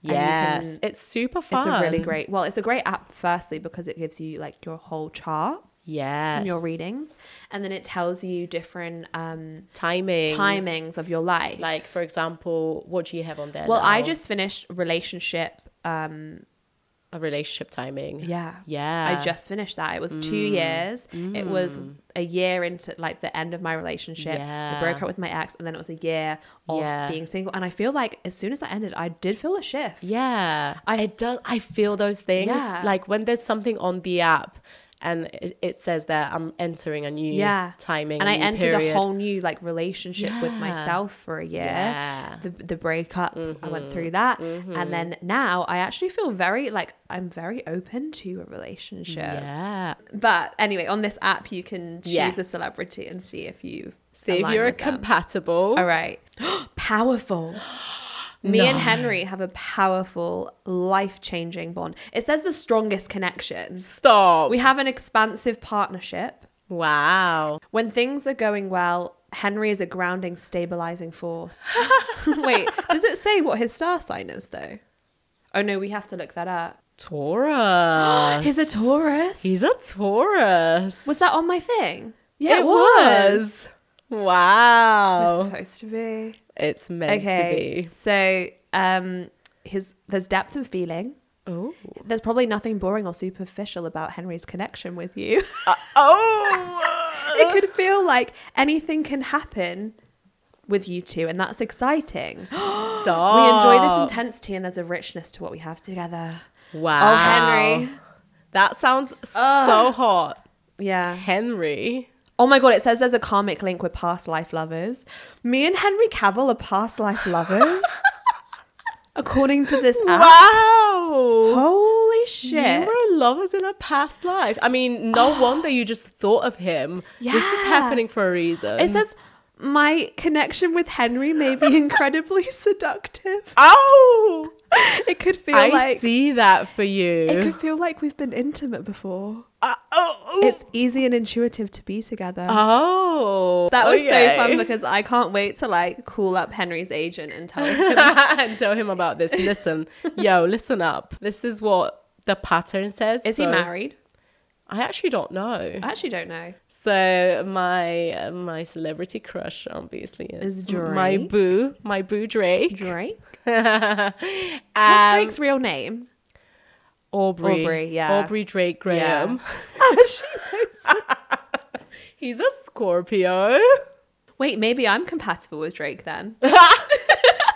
S2: and you
S1: yes,
S2: can-
S1: it's super
S2: it's
S1: fun.
S2: a really great. Well, it's a great app firstly because it gives you like your whole chart
S1: yes.
S2: and your readings, and then it tells you different um,
S1: timing,
S2: timings of your life.
S1: Like for example, what do you have on there?
S2: well, I
S1: now?
S2: just finished relationship. Um,
S1: a relationship timing.
S2: yeah.
S1: yeah. Mm.
S2: I just finished that. It was two years. It was a year into like the end of my relationship.
S1: Yeah.
S2: I broke up with my ex, and then it was a year of
S1: Yeah.
S2: being single. And I feel like as soon as that ended, I did feel a shift.
S1: yeah. I it does. I feel those things.
S2: Yeah.
S1: Like when there's something on the app, and it, it says that I'm entering a new
S2: Yeah.
S1: timing,
S2: And I
S1: new
S2: entered
S1: period.
S2: a whole new like relationship with
S1: Yeah.
S2: myself for a year.
S1: Yeah. Mm-hmm.
S2: The, the breakup, I went through that. And then now I actually feel very like I'm very open to a relationship.
S1: Yeah.
S2: But anyway, on this app, you can choose
S1: Yeah.
S2: a celebrity and see if you
S1: See if
S2: align
S1: you're
S2: with them.
S1: compatible.
S2: All right. powerful. Me and Henry have a powerful, life changing bond. It says the strongest connections.
S1: Stop.
S2: We have an expansive partnership.
S1: wow.
S2: When things are going well, Henry is a grounding, stabilizing force. Wait, does it say what his star sign is, though? Oh no, we have to look that up.
S1: Taurus.
S2: He's a Taurus.
S1: He's a Taurus.
S2: Was that on my thing? Yeah, It's
S1: Wow.
S2: supposed to be.
S1: It's Oh. meant
S2: Okay. So, um, his there's depth and feeling.
S1: to be. Ooh.
S2: There's probably nothing boring or superficial about Henry's connection with you.
S1: oh.
S2: it could feel like anything can happen with you two, and that's exciting.
S1: Stop.
S2: We enjoy this intensity, and there's a richness to what we have together.
S1: Wow.
S2: Oh, Henry.
S1: That sounds so
S2: Ugh.
S1: hot.
S2: Yeah.
S1: Henry.
S2: Oh my God, it says there's a karmic link with past life lovers. Me and Henry Cavill are past life lovers. According to this app.
S1: Wow.
S2: Holy
S1: You
S2: Uh-huh. shit. Oh.
S1: were lovers in a past life. I mean, no wonder you just thought of him. This is
S2: Yeah.
S1: happening for a reason.
S2: It says my connection with Henry may be incredibly seductive.
S1: oh,
S2: It could feel
S1: I
S2: like
S1: see that for
S2: it
S1: you.
S2: could feel like we've been intimate before.
S1: Uh, oh, ooh.
S2: It's easy and intuitive to be together.
S1: oh,
S2: that was
S1: okay.
S2: so fun because I can't wait to like call up Henry's agent and tell him
S1: and tell him about this. Listen, yo, listen up. This is what the pattern says.
S2: Is he
S1: so-
S2: married?
S1: I actually don't know.
S2: I actually don't know.
S1: So my uh, my celebrity crush obviously is,
S2: Is
S1: my
S2: Drake.
S1: boo, my boo Drake.
S2: Drake? What's
S1: Um,
S2: Drake's real name?
S1: Aubrey.
S2: Aubrey, yeah. Oh,
S1: Aubrey Drake Graham.
S2: Actually,
S1: He's a Scorpio.
S2: wait, maybe I'm compatible with Drake then.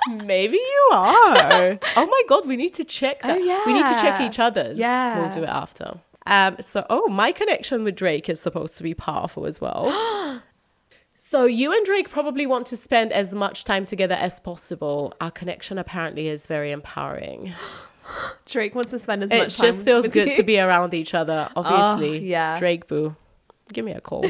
S1: Maybe you are. oh my god, we need to check that.
S2: Oh, yeah.
S1: We need to check each other's.
S2: Yeah.
S1: We'll do it after. Um so oh my connection with Drake is supposed to be powerful as well. So you and Drake probably want to spend as much time together as possible. Our connection apparently is very empowering.
S2: Drake wants to spend as
S1: It
S2: much
S1: just
S2: time.
S1: feels
S2: with
S1: good
S2: you. Oh,
S1: to be around each other, obviously.
S2: yeah.
S1: Drake Boo, give me a call.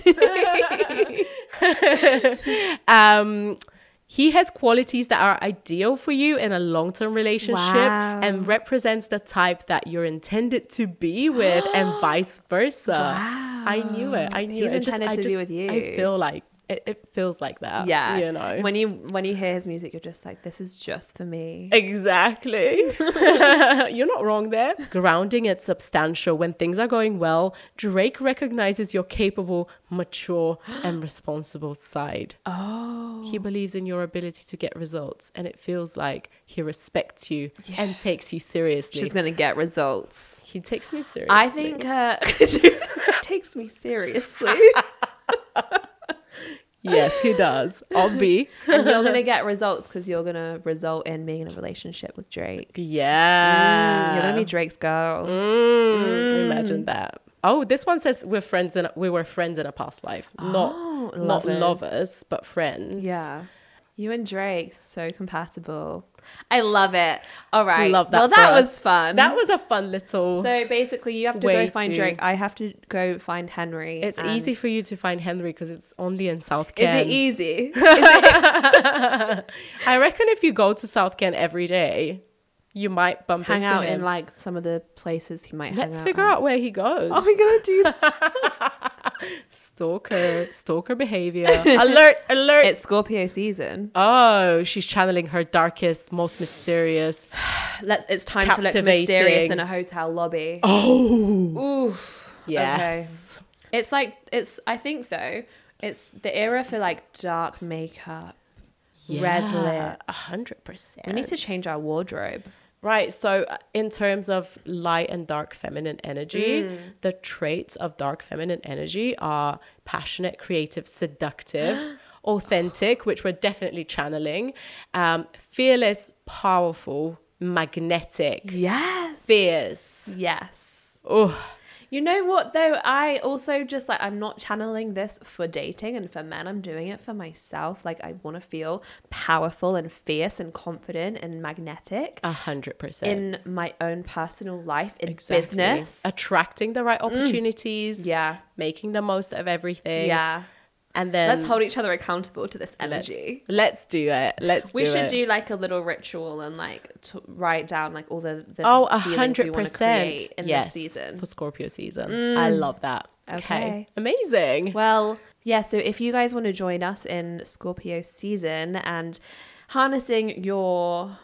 S1: um, he has qualities that are ideal for you in a long term relationship
S2: Wow.
S1: and represents the type that you're intended to be with, and vice versa. I knew it. I knew
S2: He's
S1: it. It
S2: intended
S1: I
S2: to be with you.
S1: I feel like it, it feels like that.
S2: yeah.
S1: You know?
S2: When you when you hear his music, you're just like, this is just for me.
S1: Exactly. You're not wrong there. Grounding and substantial. When things are going well, Drake recognizes your capable, mature, and responsible side.
S2: Oh.
S1: He believes in your ability to get results, and it feels like he respects you and takes you seriously.
S2: She's gonna get results.
S1: he takes me seriously.
S2: I think uh, takes me seriously.
S1: Yes, he
S2: Mm,
S1: does. Obvi.
S2: and you're gonna get results because you're gonna result in being in a relationship with Drake.
S1: Yeah.
S2: Mm, you're gonna be Drake's girl.
S1: Mm, Imagine that. Oh, this one says we're friends and we were friends in a past life. Not
S2: Oh,
S1: not
S2: lovers.
S1: lovers, but friends.
S2: Yeah. You and Drake, so compatible. I love it. All right.
S1: Love that
S2: Well,
S1: for
S2: that
S1: us.
S2: was fun.
S1: That was a fun little
S2: Um, so basically, you have to
S1: Way
S2: go find
S1: to-
S2: Drake. I have to go find Henry.
S1: It's
S2: and-
S1: easy for you to find Henry because it's only in South
S2: Is
S1: Ken.
S2: it easy?
S1: I reckon if you go to South Ken every day, you might bump
S2: hang
S1: into
S2: out
S1: him.
S2: in like some of the places he might.
S1: Let's
S2: hang
S1: figure
S2: at.
S1: out where he goes.
S2: Oh my god, do you
S1: Stalker, stalker behavior. alert, alert.
S2: It's Scorpio season.
S1: oh, she's channeling her darkest, most mysterious.
S2: Let's. It's time to look
S1: Captivating.
S2: mysterious in a hotel lobby.
S1: Oh,
S2: Oof.
S1: yes.
S2: It's like it's. I think though, it's the era for like dark makeup, red
S1: Yeah,
S2: lips.
S1: a hundred percent.
S2: We need to change our wardrobe.
S1: Right. So, uh, in terms of light and dark feminine energy,
S2: Mm.
S1: the traits of dark feminine energy are passionate, creative, seductive, authentic, which we're definitely channeling, um, fearless, powerful, magnetic,
S2: Yes.
S1: fierce.
S2: Yes.
S1: Oh,
S2: You know what though? I also just like I'm not channeling this for dating and for men. I'm doing it for myself. Like I want to feel powerful and fierce and confident and magnetic
S1: a hundred percent.
S2: in my own personal life in
S1: Exactly.
S2: business. Mm.
S1: Attracting the right opportunities.
S2: Yeah.
S1: Making the most of everything.
S2: Yeah.
S1: And then
S2: Let's hold each other accountable to this
S1: let's-
S2: energy.
S1: Let's, do it. Let's
S2: We
S1: do
S2: should
S1: it.
S2: do like a little ritual and like t- write down like all the, the
S1: Oh, a
S2: feelings we
S1: hundred
S2: want to
S1: percent.
S2: create in
S1: yes,
S2: this season. Mm.
S1: for Scorpio season. I love that. Okay,
S2: Okay.
S1: amazing.
S2: Well, yeah, so if you guys want to join us in Scorpio season and harnessing your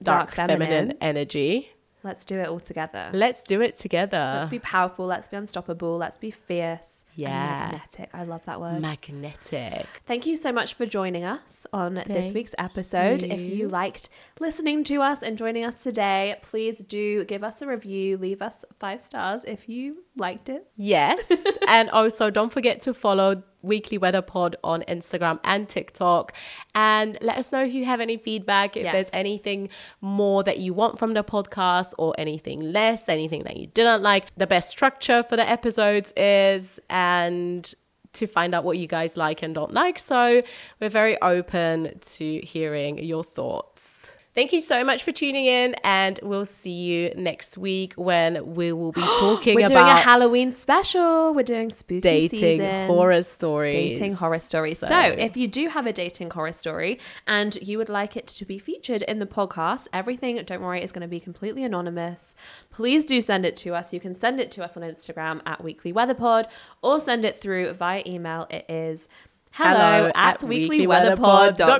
S2: dark, feminine,
S1: energy.
S2: let's do it all together.
S1: Let's do it together.
S2: Let's be powerful, let's be unstoppable, let's be fierce. and
S1: Yeah.
S2: magnetic. I love that word.
S1: Magnetic.
S2: Thank you so much for joining us on this
S1: Thank
S2: week's episode. If
S1: you.
S2: you liked listening to us and joining us today, please do give us a review, leave us five stars if you liked it.
S1: Yes, and also don't forget to follow Weekly Weather Pod on Instagram and TikTok, and let us know if you have any feedback. If
S2: Yes.
S1: there's anything more that you want from the podcast, or anything less, anything that you didn't like. The best structure for the episodes is and to find out what you guys like and don't like. So we're very open to hearing your thoughts. Thank you so much for tuning in, and we'll see you next week when we will be talking
S2: We're doing
S1: about
S2: a Halloween special. We're doing spooky
S1: dating
S2: season.
S1: horror stories.
S2: Dating horror stories. So, if you do have a dating horror story and you would like it to be featured in the podcast, everything, don't worry, is going to be completely anonymous. Please do send it to us. You can send it to us on Instagram at Weekly Weatherpod or send it through via email. It is hello,
S1: Hello
S2: at
S1: at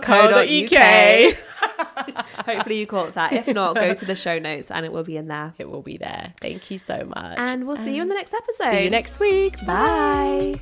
S2: weeklyweatherpod.co.uk. Hopefully, you caught that. If not, go to the show notes and it will be in there.
S1: it will be there. Thank you so much.
S2: And we'll see you in the next episode.
S1: see you next week.
S2: Bye.